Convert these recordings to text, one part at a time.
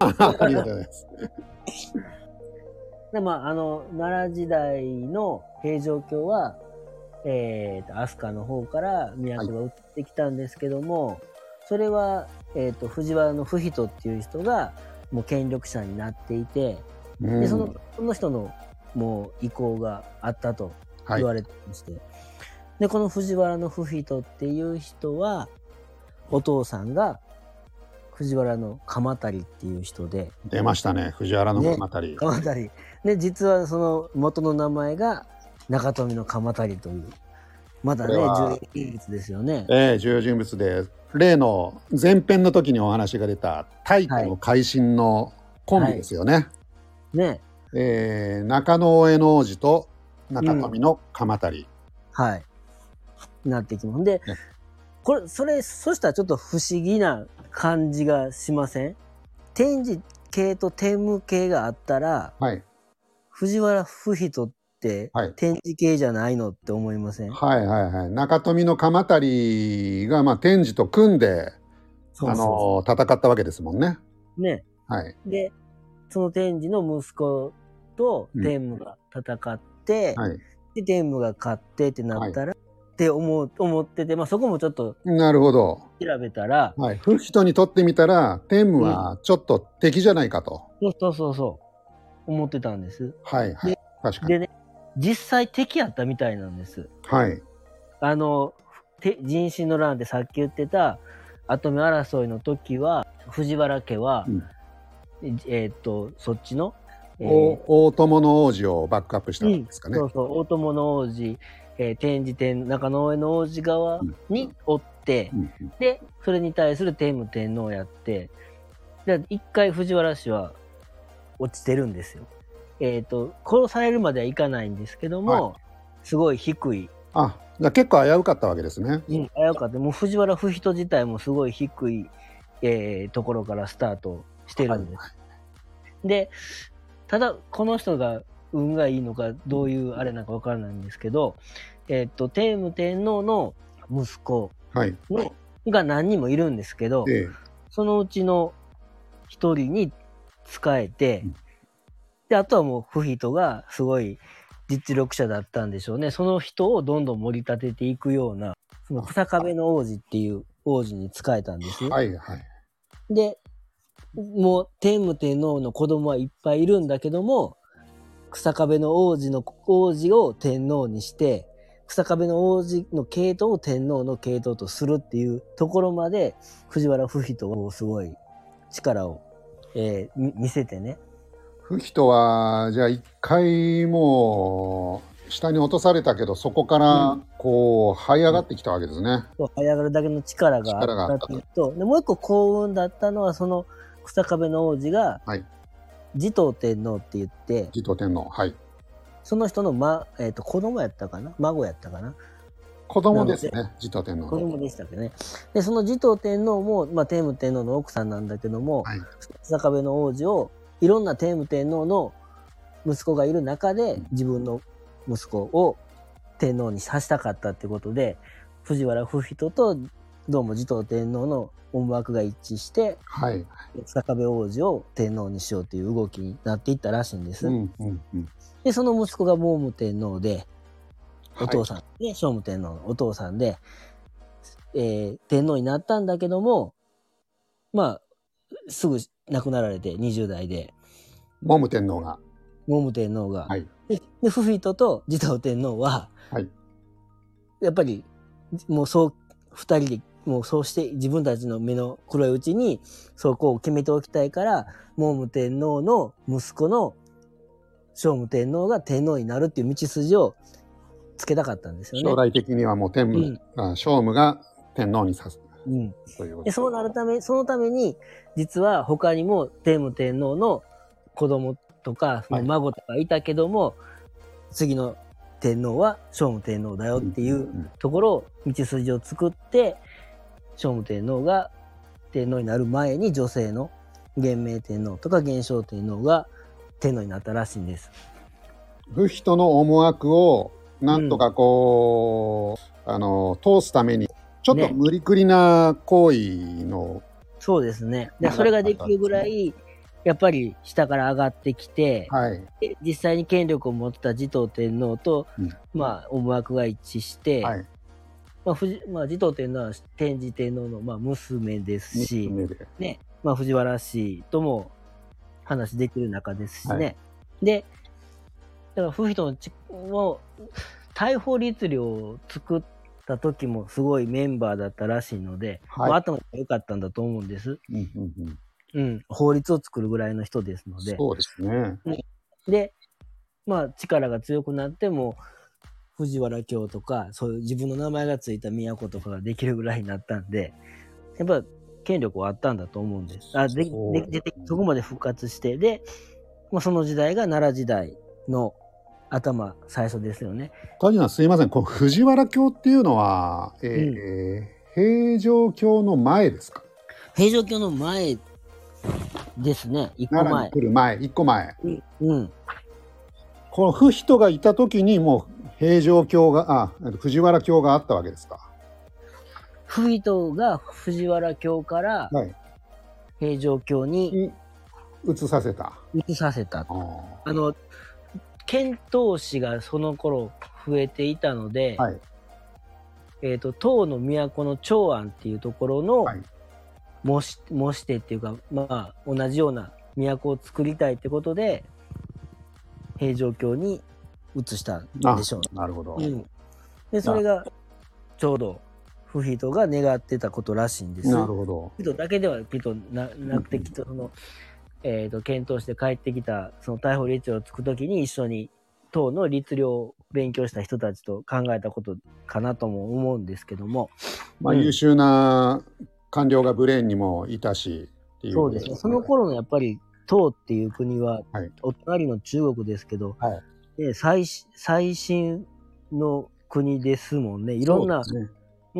ありがとうございます。で、まあ、あの、奈良時代の平城京は、えっ、と、飛鳥の方から都が移ってきたんですけども、それは、えっ、と、藤原の不人っていう人が、もう権力者になっていて、うで、んその、その人の、もう意向があったとはい言。われてまして、で、この藤原の不人っていう人は、お父さんが、藤原の鎌足っていう人で、出ましたね。藤原の鎌足り。鎌足りで実はその元の名前が中富の鎌足りというまだねこれは重要人物ですよねええ重要人物で例の前編の時にお話が出た太古の改新のコンビですよね、ねえー中野大江の王子と中富の鎌足り、はいなってきますでねこれそれそしたらちょっと不思議な感じがしません天智系と天武系があったらはい藤原不人ってはい天智系じゃないのって思いません、はいはいはい中富の鎌足りが、まあ、天智と組んでそうそあのー戦ったわけですもんねうねはいで、その天智の息子と天武が戦って、はいで、天武が勝ってってなったら、って思う思ってて、まあそこもちょっとなるほど調べたら、はい不人にとってみたら天武はちょっと敵じゃないかと、そうそうそうそう、思ってたんです。はいはい確かにでね、実際敵やったみたいなんです。はいあの、て人心の乱でさっき言ってた、跡目争いの時は、藤原家は、えーっと、そっちの、えーお大友の王子をバックアップしたんですかね、そうそう大友の王子、えー天智天中野上の王子側におって、うんでそれに対する天武天皇をやってで一回藤原氏は落ちてるんですよ。えっと殺されるまではいかないんですけども、すごい低い、あじゃあ結構危うかったわけですね。危うかったもう藤原不人自体もすごい低い、えーところからスタートしてるんです。でただこの人が運がいいのかどういうあれなのかわからないんですけど、えっと天武天皇の息子はい。のが何人もいるんですけど、で、そのうちの一人に仕えてうん、であとはもう不人がすごい実力者だったんでしょうねその人をどんどん盛り立てていくようなその草壁の王子っていう王子に仕えたんですね。はいはい。で、もう天武天皇の子供はいっぱいいるんだけども、草壁の王子の王子を天皇にして、草壁の王子の系統を天皇の系統とするっていうところまで、藤原不比とすごい力を、えーみ見せてね。不人は、じゃあ一回もう、下に落とされたけど、そこから、こう、這い上がってきたわけですね。そう這い上がるだけの力があったっていうとでもう一個幸運だったのはその草壁の王子が、はい持統天皇って言って持統天皇。はい。その人の、まえー、と子供やったかな孫やったかな子供ですね、持統天皇子の。供でしたっけね。で、その持統天皇も、まあ、天武天皇の奥さんなんだけども、はい。坂部の王子を、いろんな天武天皇の息子がいる中でん、自分の息子を天皇にさしたかったってことで、藤原不比とと、どうも持統天皇の思惑が一致して、はい。坂部王子を天皇にしようという動きになっていったらしいんです。うんうんうん。で、その息子が蒙武天皇で、お父ささん、ね、聖武天皇のお父さんで、えー天皇になったんだけども、まあ、すぐ亡くなられて、20代で、ん。文武天皇が。文武天皇が。はい。で、でフフィトと持統天皇は、はいやっぱり、もうそう、二人で、もうそうして自分たちの目の黒いうちに、そこを決めておきたいから、文武天皇の息子の聖武天皇が天皇になるっていう道筋をつけたかったんですよね。将来的にはもう天武、あ聖武が天皇にさす。うんということででそうなるためそのために実は他にも天武天皇の子供とかその孫とかいたけども、次の天皇は聖武天皇だよっていうんところを道筋を作って聖武天皇が天皇になる前に女性の元明天皇とか元正天皇が天皇になったらしいんです。不人の思惑をなんとかこう、あの通すためにちょっとね無理くりな行為の、そうですね。なでんかそれができるぐらいやっぱり下から上がってきて、はい。で実際に権力を持った持統天皇と、うんまあ、思惑が一致して、はい。まあ藤まあ、持統天皇は天智天皇の、まあ、娘ですし、娘で。ねまあ、藤原氏とも話できる仲ですしね、はでだから夫婦とのちも大砲律令を作った時もすごいメンバーだったらしいので、はいまあ、頭が良かったんだと思うんです、うんうんうんうん、法律を作るぐらいの人ですのでそうですね。で、まあ、力が強くなっても藤原京とかそういう自分の名前がついた都とかができるぐらいになったんでやっぱ権力はあったんだと思うんです。あでそうでででそこまで復活してで、まあ、その時代が奈良時代の頭最初ですよね。谷さんすいません。この藤原京っていうのは、えー平城京の前ですか。平城京の前ですね一個奈良に前。来る前、一個前。うんうん、この不人がいた時にもう平城京が、あ、藤原京があったわけですか。不比等が藤原京からはい。平城京にに移させた。移させたあーあの遣唐使がその頃増えていたので、はい。えー、と唐の都の長安っていうところのはい模し,、模してっていうか、まあ、同じような都を作りたいってことで平城京に移したんあでしょなるほど。う。うん、でそれがちょうど不比等が願ってたことらしいんです。なるほど。人だけではきっとななくてきっとその、えー、と検討して帰ってきたその逮捕律令をつくときに一緒に党の律令を勉強した人たちと考えたことかなとも思うんですけどもまあ、うん優秀な官僚がブレーンにもいたしっていうそこうとですね、ねその頃のやっぱり党っていう国ははいお隣の中国ですけど、はね最し最新の国ですもんねいろんなそうですね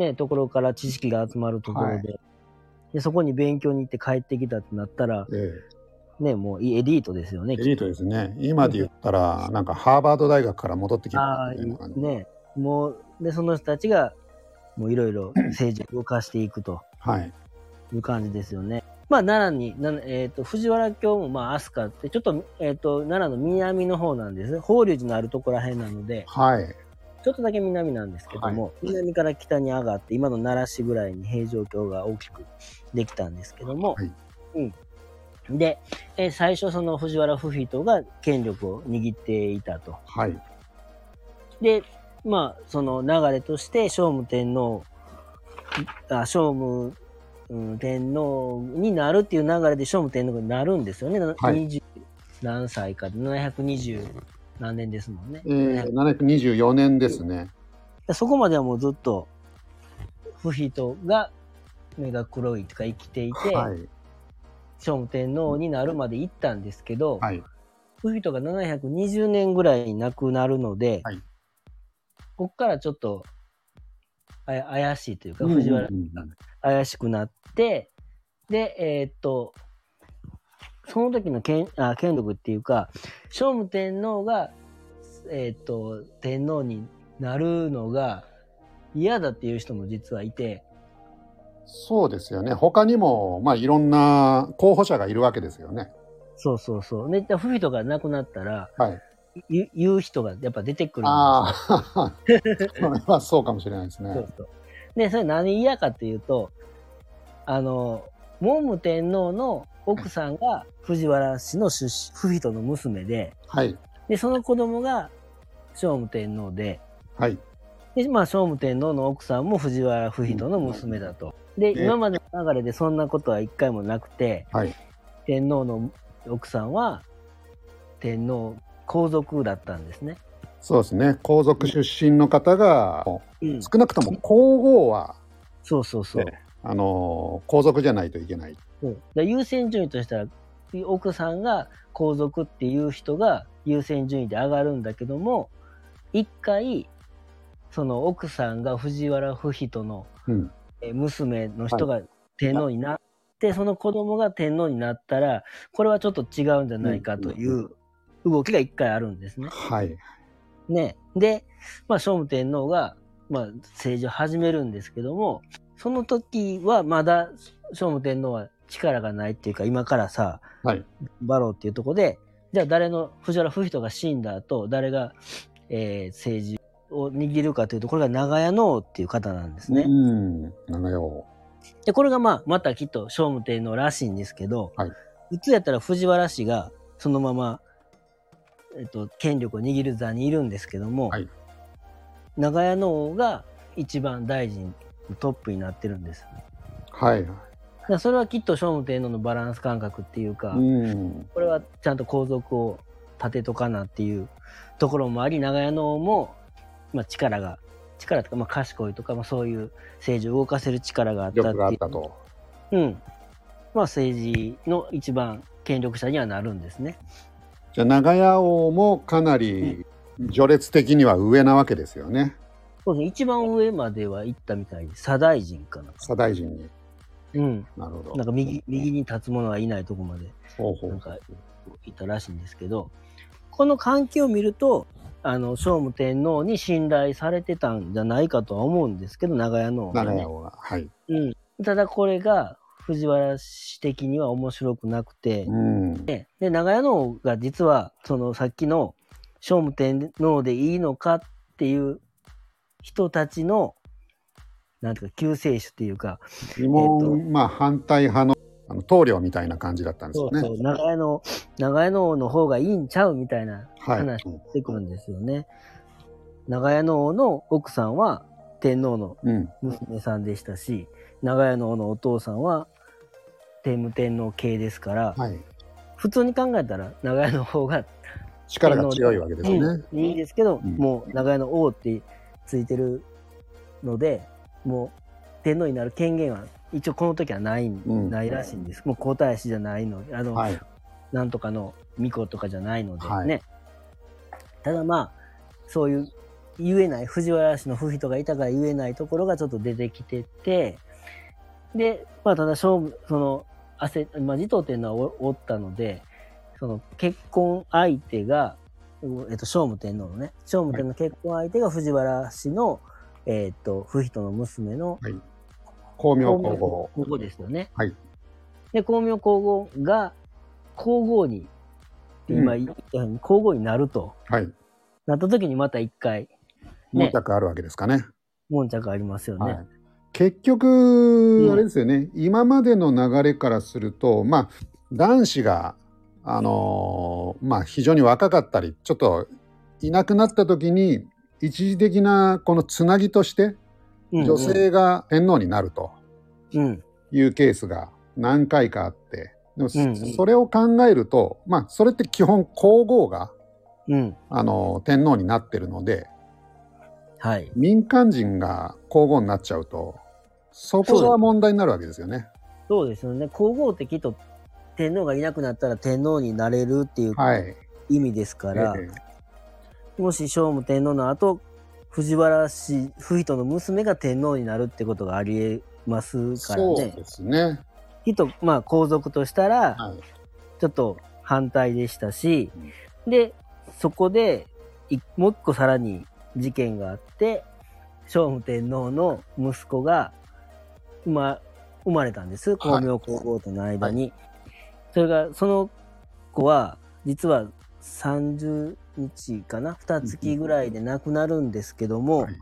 ね、ところから知識が集まるところで,、でそこに勉強に行って帰ってきたってなったら、えね、もうエリートですよねえエリートですね今で言ったらなんかハーバード大学から戻ってきあたあみたいな感じ、ねもうでその人たちがもういろいろ 政治を動かしていくとはいいう感じですよね。まあ奈良に、なえー、と藤原京もまあ飛鳥ってちょっと,、えー、と奈良の南の方なんですね法隆寺のあるところらへんなのではいちょっとだけ南なんですけども、南から北に上がって今の奈良市ぐらいに平城京が大きくできたんですけども、はいうん、で、えー最初その藤原不比等が権力を握っていたと。はいで、まあ、その流れとして、聖武天皇、あ聖武、うん天皇になるっていう流れで聖武天皇になるんですよね。なはい20何歳かで、720何年ですもんね。えー、724年ですねでそこまではもうずっと、不比とが目が黒いとか生きていて、はい聖武天皇になるまで行ったんですけど、はい不比とが720年ぐらいに亡くなるので、はいこっからちょっとあや怪しいというか、うんうん藤原うん怪しくなって、で、えーっと、その時の権あ権力っていうか、聖武天皇が、えーっと、天皇になるのが嫌だっていう人も実はいて、そうですよね他にもまあいろんな候補者がいるわけですよねそうそうそう。ね、不比とが亡くなったら、はい言う言う人がやっぱ出てくるんですよああそ れはそうかもしれないですそねうそう。で、それ何嫌かっていうと、あの、文武天皇の奥さんが藤原氏の出身、不比との娘で、はいで、その子供が聖武天皇で、はいで、まあ、聖武天皇の奥さんも藤原不比との娘だと。で、ね今までの流れでそんなことは一回もなくて、はい天皇の奥さんは天皇皇族だったんですね。そうですね皇族出身の方がうん、少なくとも皇后はそうそうそう。ねあのー皇族じゃないといけない。そうだから優先順位としたら奥さんが皇族っていう人が優先順位で上がるんだけども一回その奥さんが藤原不比とのうん、えー娘の人が天皇になって、その子供が天皇になったらこれはちょっと違うんじゃないかという動きが一回あるんですね。はい。ね、で、まあ、聖武天皇が、まあ、政治を始めるんですけども、その時はまだ聖武天皇は力がないっていうか、今からさ、はいバローっていうとこで、じゃあ誰の藤原不人が死んだ後、誰が、えー政治を握るかというと、これが長屋能っていう方なんですね。うん。長屋を。で、これがまあ、またきっと聖武天皇らしいんですけど、はい普通やったら藤原氏がそのまま、えっと、権力を握る座にいるんですけども、はい長屋の王が一番大臣のトップになってるんです。はい。だからそれはきっと聖武天皇のバランス感覚っていうか、うん。これはちゃんと皇族を立てとかなっていうところもあり長屋の王も、まあ、力が力とか、まあ、賢いとか、まあ、そういう政治を動かせる力があったって力いうがあったと。うん。まあ政治の一番権力者にはなるんですね。じゃあ長屋王もかなり序列的には上なわけですよね。そうですね。一番上までは行ったみたいで、左大臣かな。左大臣に。うん。なるほど。なんか右、右に立つ者はいないとこまでほうほうなんかいたらしいんですけど、この関係を見ると、あの、聖武天皇に信頼されてたんじゃないかとは思うんですけど、長屋の、長屋王が。はい。うん。ただこれが、藤原氏的には面白くなくて、うん。で長屋の方が実はそのさっきの聖武天皇でいいのかっていう人たちのなんていうか救世主っていうか疑問、えっとまあ反対派のあの棟梁みたいな感じだったんですそようね。そう長屋の長屋の王の方がいいんちゃうみたいなはい。話出てくるんですよね。長屋の王の奥さんは天皇のうん。娘さんでしたし長屋の王のお父さんは天武天皇系ですからはい。普通に考えたら長屋の方が力が強いわけですよね。うんいいですけど、うんもう長屋の王ってついてるのでもう天皇になる権限は一応この時はない,、んないらしいんですもう皇太子じゃないのあの、はい。なんとかの巫女とかじゃないのではいね、ただまあそういう言えない藤原氏の不人がいたから言えないところがちょっと出てきててでまあただ勝負その焦、まあ、持統っていうのはおおったのでその結婚相手が、えっと、聖武天皇のね聖武天皇の結婚相手が藤原氏の、えっと不人の娘の光明光明皇后。皇后ですよね。はいで、光明皇后が皇后に、今う言ったように皇后になると、はい。なった時にまた一回、もねうたくあるわけですかね。悶着ありますよね。はい。結局、あれですよね、今までの流れからすると、まあ、男子が、あのーまあ、非常に若かったり、ちょっといなくなった時に、一時的なこのつなぎとして、うんうん女性が天皇になると。うん。いうケースが何回かあってでもそ、うんうんそれを考えるとまあそれって基本皇后がうん。あの天皇になってるのではい。民間人が皇后になっちゃうとそこが問題になるわけですよね。そうですよね。皇后ってきっと天皇がいなくなったら天皇になれるっていうはい、意味ですから、ええもし聖武天皇の後、藤原氏、不人の娘が天皇になるってことがありえますからそうね。ですね。きっと、まあ、皇族としたら、はい、ちょっと反対でしたし、で、そこで、いもう一個さらに事件があって、聖武天皇の息子が生ま生まれたんです。は光い明皇后との間に。それが、その子は、実は30日かな ?2 月ぐらいで亡くなるんですけども、はい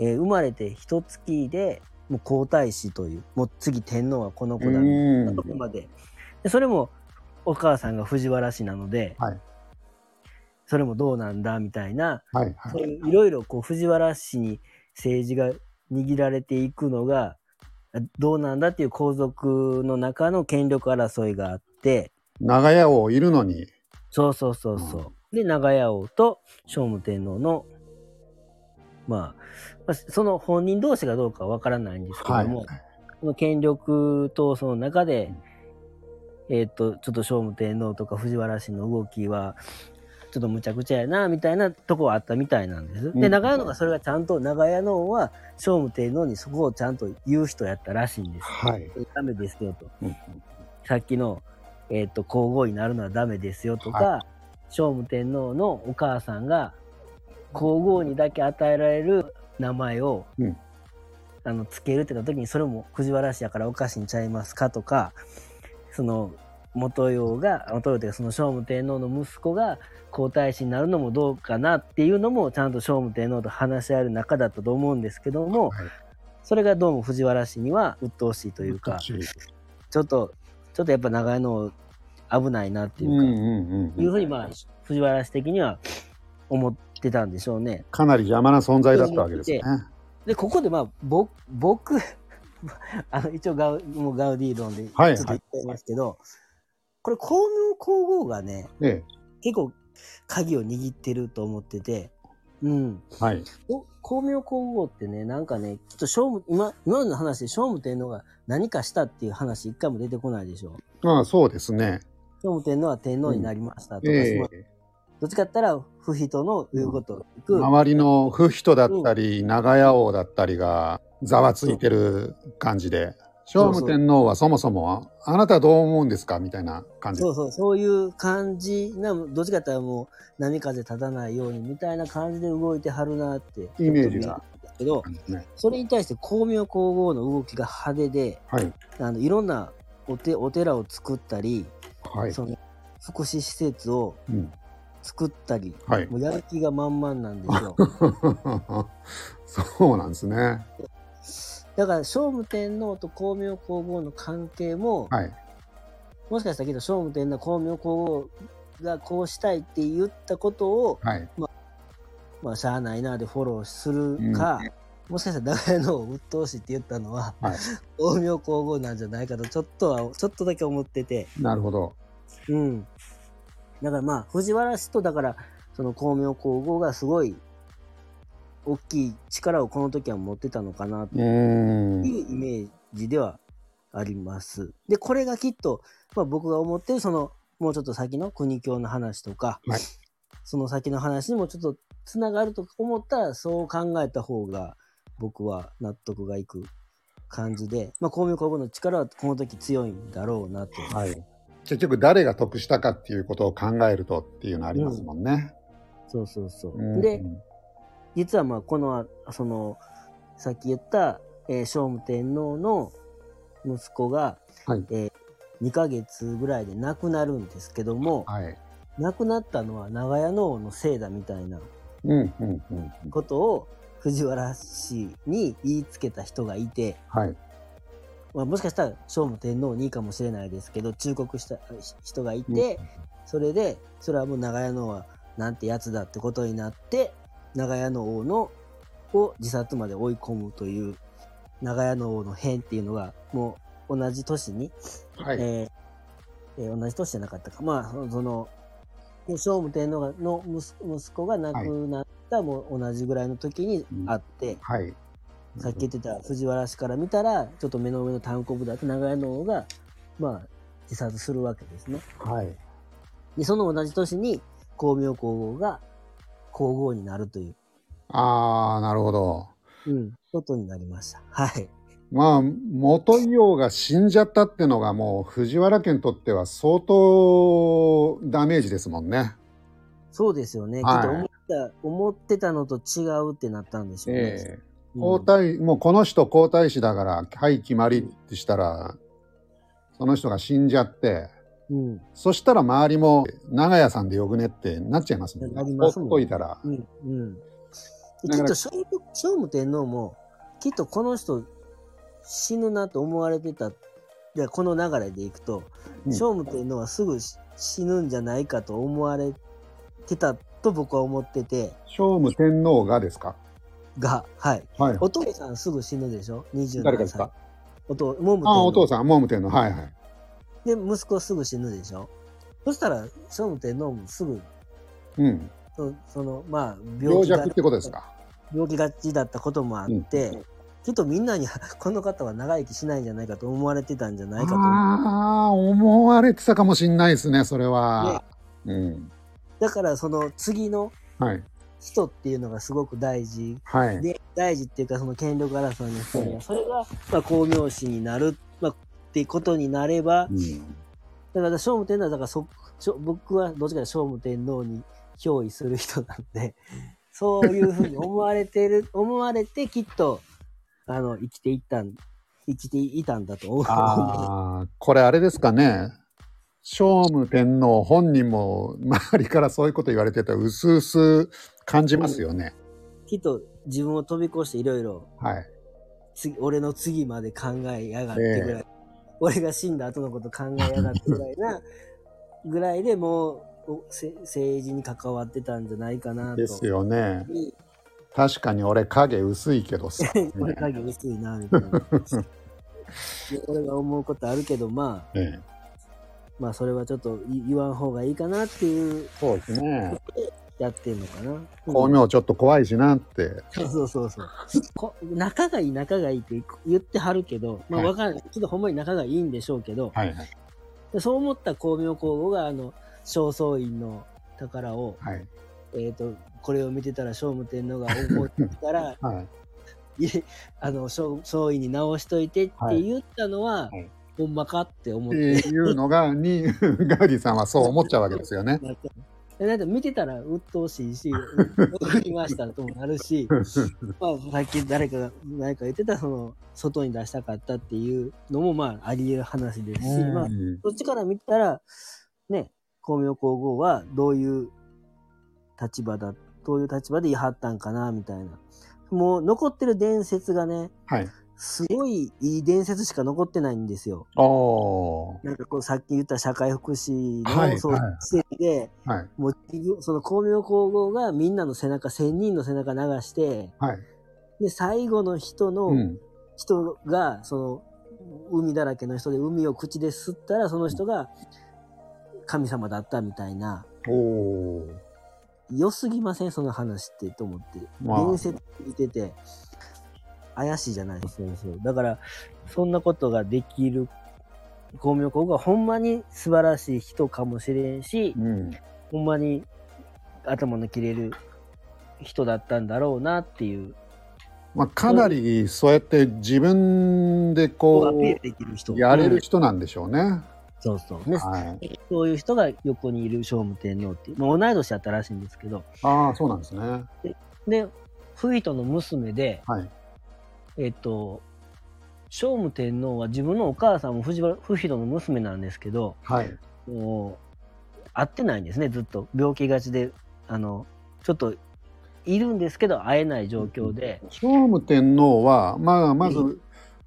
えー生まれて1月で、もう皇太子という、もう次天皇はこの子うだみたいーなんとこまで。でそれもお母さんが藤原氏なので、はいそれもどうなんだみたいな、はいはそういいういろいろこう藤原氏に政治が握られていくのがあどうなんだっていう皇族の中の権力争いがあって、長屋王いるのにそうそうそうそう。で、長屋王と聖武天皇の、まあ、まあその本人同士がどうかはわからないんですけはどいも、この権力闘争の中で、えーっと、ちょっと聖武天皇とか藤原氏の動きは、ちょっとむちゃくちゃやな、みたいなとこはあったみたいなんです。うで、ん長屋のがそれがちゃんと、長屋のは聖武天皇にそこをちゃんと言う人やったらしいんです。はいダメですよと。うんさっきの、えーっと、皇后になるのはダメですよとか、は聖武天皇のお母さんが、皇后にだけ与えられる名前を、うんあのつけるってなった時にそれも藤原氏やからおかしいんちゃいますかとかその元用が元用というかその聖武天皇の息子が皇太子になるのもどうかなっていうのもちゃんと聖武天皇と話し合える仲だったと思うんですけども、はいそれがどうも藤原氏には鬱陶しいというか難しいちょっとちょっとやっぱ長屋の危ないなっていううんか、うんうんいうふうにまあ藤原氏的には思ってたんでしょうね。かなり邪魔な存在だったわけですね。でここでまあぼ僕 あの一応ガウもうガウディ論でちはょいっと言ってますけど、これ光明皇后がねえ結構鍵を握ってると思ってて、うん、え、はい。お光明皇后ってねなんかねきっと聖武今今までの話で聖武天皇が何かしたっていう話一回も出てこないでしょまあそうですね。聖武天皇は天皇になりましたとか、えそのえ、どっちかって言ったら不人の言うことを聞く、周りの不人だったり、長屋王だったりがざわついてる感じで、聖そう武天皇はそもそもあなたはどう思うんですかみたいな感じそうそう、そういう感じな、どっちかっていうともう波風立たないようにみたいな感じで動いてはるなって。イメージが。けど、ね。それに対して光明皇后の動きが派手で、はい。あのいろんなおてお寺を作ったり、はい。その福祉施設をうん、作ったり、はい。 もうやる気が満々なんですよ。そうなんですね。だから聖武天皇と光明皇后の関係も、はい。もしかしたらけど聖武天皇、光明皇后がこうしたいって言ったことを、はい。まあ、しゃあないなでフォローするか、もしかしたら長屋の鬱陶しいって言ったのは、 はい大名皇后なんじゃないかとちょっとはちょっとだけ思ってて、なるほど。うん、だからまあ藤原氏とだからその光明皇后がすごい大きい力をこの時は持ってたのかなってうーん。いうイメージではあります。でこれがきっと、まあ、僕が思ってるそのもうちょっと先の国境の話とか、はいその先の話にもちょっとつながると思ったらそう考えた方が僕は納得がいく感じで、まあ、公明皇后の力はこの時強いんだろうなと。はい。結局誰が得したかっていうことを考えるとっていうのありますもんね。そうそうそう。うんで実はまあこのあそのさっき言った、えー聖武天皇の息子が、はいえー2ヶ月ぐらいで亡くなるんですけども、はい。亡くなったのは長屋の王のせいだみたいなうんうんうん。ことを藤原氏に言いつけた人がいて、はい。まあ、もしかしたら聖武天皇にいいかもしれないですけど忠告したひ人がいて、それでそれはもう長屋の王はなんてやつだってことになって長屋の王のを自殺まで追い込むという長屋の王の変っていうのがもう同じ年にはい。えーえー同じ年じゃなかったか、まあ、そのそので聖武天皇がの息息子が亡くなった、もう同じぐらいの時にあって、はい。さっき言ってた藤原氏から見たら、ちょっと目の上の単行部だって長屋の方が、まあ、自殺するわけですね。はい。で、その同じ年に、光明皇后が皇后になるという、ああ、なるほど。うん、ことになりました。はい。まあ、元伊王が死んじゃったってのがもう藤原家にとっては相当ダメージですもんね。そうですよね。はいきっと思った、思ってたのと違うってなったんでしょうね。ええうん皇太もうこの人皇太子だからはい決まりってしたらその人が死んじゃってうん。そしたら周りも長屋さんでよくねってなっちゃいますもんなりね。ますほもんっといたら。うんうん、でだかきっらと聖武聖武天皇もきっとこの人死ぬなと思われてたでこの流れでいくと、うん聖武天皇はすぐ死ぬんじゃないかと思われてたと僕は思ってて聖武天皇がですかがはいはい。お父さんすぐ死ぬでしょ27歳誰かですかお父文武天ああ、皇お父さん、文武天皇。はいはい。で息子すぐ死ぬでしょそしたら聖武天皇もすぐうん。そそのまあ病が弱ってことですか。病気がちだったこともあって、うんきっとみんなに この方は長生きしないんじゃないかと思われてたんじゃないかとああ、思われてたかもしんないですね、それは。うん。だからその次のはい。人っていうのがすごく大事はい。で大事っていうかその権力争いの人うがそれがまあ光明師になる、まあ、ってことになればうんだから聖武天皇はだからそしょ僕はどっちかというと聖武天皇に憑依する人なんでそういうふうに思われてる思われてきっとあの、生きていったん、生きていたんだと思う。ああ、これあれですかね。聖武天皇本人も周りからそういうこと言われてたら、うすうす感じますよね。きっと自分を飛び越していろいろ、はい。次、俺の次まで考えやがってぐらい、俺が死んだ後のこと考えやがってぐらいな、ぐらいでもう、おせ政治に関わってたんじゃないかなと。ですよね。に確かに俺影薄いけどさ。ね俺影 薄いな、みたいな。で俺が思うことあるけど、まあ、ええまあそれはちょっとい言わん方がいいかなっていう、そうですね。やってんのかな。光明ちょっと怖いしなって。そうそうそうそうこ。仲がいい仲がいいって言ってはるけど、まあはいわかんない。ちょっとほんまに仲がいいんでしょうけど、はいはい。でそう思った光明皇后が、あの、正倉院の宝を、はい。えっ、と、これを見てたら聖武天皇が怒ってた ら、はい。いえあの、正倉院に直しといてって言ったのは、はいはいほんまかって思っってて。いうのが、に、 ガウディさんはそう思っちゃうわけですよね。でなんか見てたら鬱陶しいし、送りましたともな るし、まあ、さっき誰かが、誰か言ってた、その、外に出したかったっていうのも、まあ、あり得る話ですし、まあ、うんそっちから見たら、ね、光明皇后はどういう立場だ、どういう立場で言い張ったんかな、みたいな。もう、残ってる伝説がね、はい。すごいいい伝説しか残ってないんですよ。おー。なんかこう、さっき言った社会福祉はいの、そう、はい施設で、はい。もう企業、その光明皇后がみんなの背中、千人の背中流して、はい。で、最後の人の、うん。人が、その、海だらけの人で海を口で吸ったら、その人が神様だったみたいな、おー。良すぎませんその話って、と思って。まあ伝説見てて、怪しいじゃないですか。そうだから、そんなことができる光明皇后がほんまに素晴らしい人かもしれんし、うん。ほんまに頭の切れる人だったんだろうなっていう。まあ、かなりそうやって自分でアピーこルできる人。うやれうるん人なんでしょうね。そうそう。ね、はい、そういう人が横にいる聖武天皇っていう、まあ、同い年だったらしいんですけど、ああそうなんですね。はで、不意との娘で、いえっと、聖武天皇は自分のお母さんも藤原不比の娘なんですけど、はいもう、会ってないんですね、ずっと。病気がちで、あの、ちょっと、いるんですけど、会えない状況で、聖武天皇は、まあ、まず、う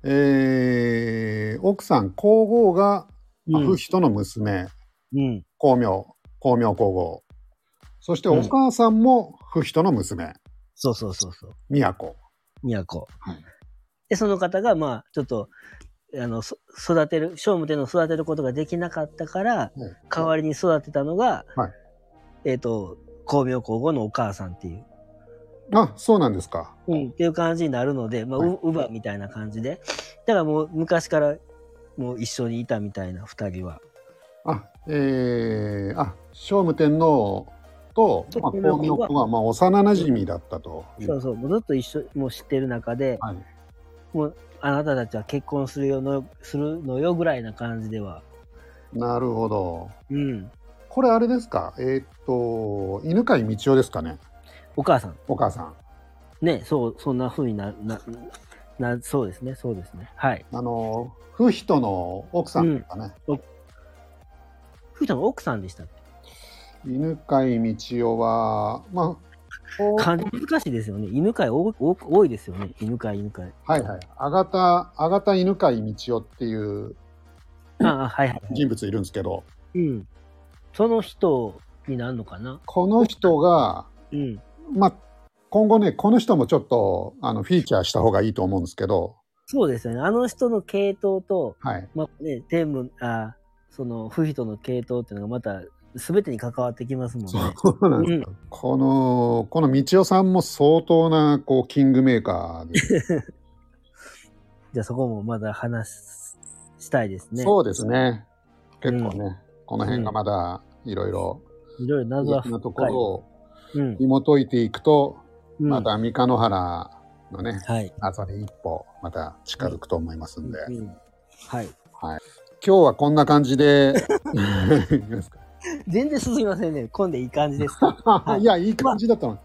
えー奥さん皇后がう阿ん夫、人の娘うん、光明光明皇后そしてうんお母さんも夫人の娘そうそうそうそう。都。都。はいで、その方が、まあ、ちょっと、あの、そ育てる、聖武天皇を育てることができなかったから、うん代わりに育てたのが、はいえっ、と、光明皇后のお母さんっていう、あそうなんですか。っていう感じになるので、まあ、はう、乳母みたいな感じで。だからもう、昔から、もう一緒にいたみたいな、二人は。あえー、あ聖武天皇と、まあ、聖武天光明皇は皇后は、まあ、幼なじみだったと。そうそう、もうずっと一緒、もう知ってる中で、はいもう、あなたたちは結婚するよの、するのよぐらいな感じでは。なるほど。うん。これあれですか。えーっと犬飼道夫ですかね。お母さん。お母さん。ね、そう、そんな風にな、な、な、そうですね、そうですね。はい。あの夫人の奥さんですかね。ふーちゃんの奥さんでしたっけ犬飼道夫はまあお漢字難しいですよね。犬飼い多多多いですよね。犬飼い、犬飼い。はいはい。あがたあがた犬飼道夫っていうああ、はいはい、はい。人物いるんですけど、うん。その人になるのかなこの人がうん。まあ今後ねこの人もちょっとあのフィーチャーした方がいいと思うんですけど、そうですよね。あの人の系統と、はいまあね、天文、あその、ふ人の系統っていうのがまた、全てに関わってきますもんね。そうなんですよこのこの道夫さんも相当なこうキングメーカーで、じゃあそこもまだ話ししたいです ね。そうですね結構ね、この辺がまだいろいろいろいろ謎はな深い。ところをうん。紐解いていくと、うんまた三日野原のねはい。謎に一歩また近づくと思いますんで、うんうんはい。今日はこんな感じ でいきますか全然進みませんね。混んでいい感じですか。はいいやいい感じだったの、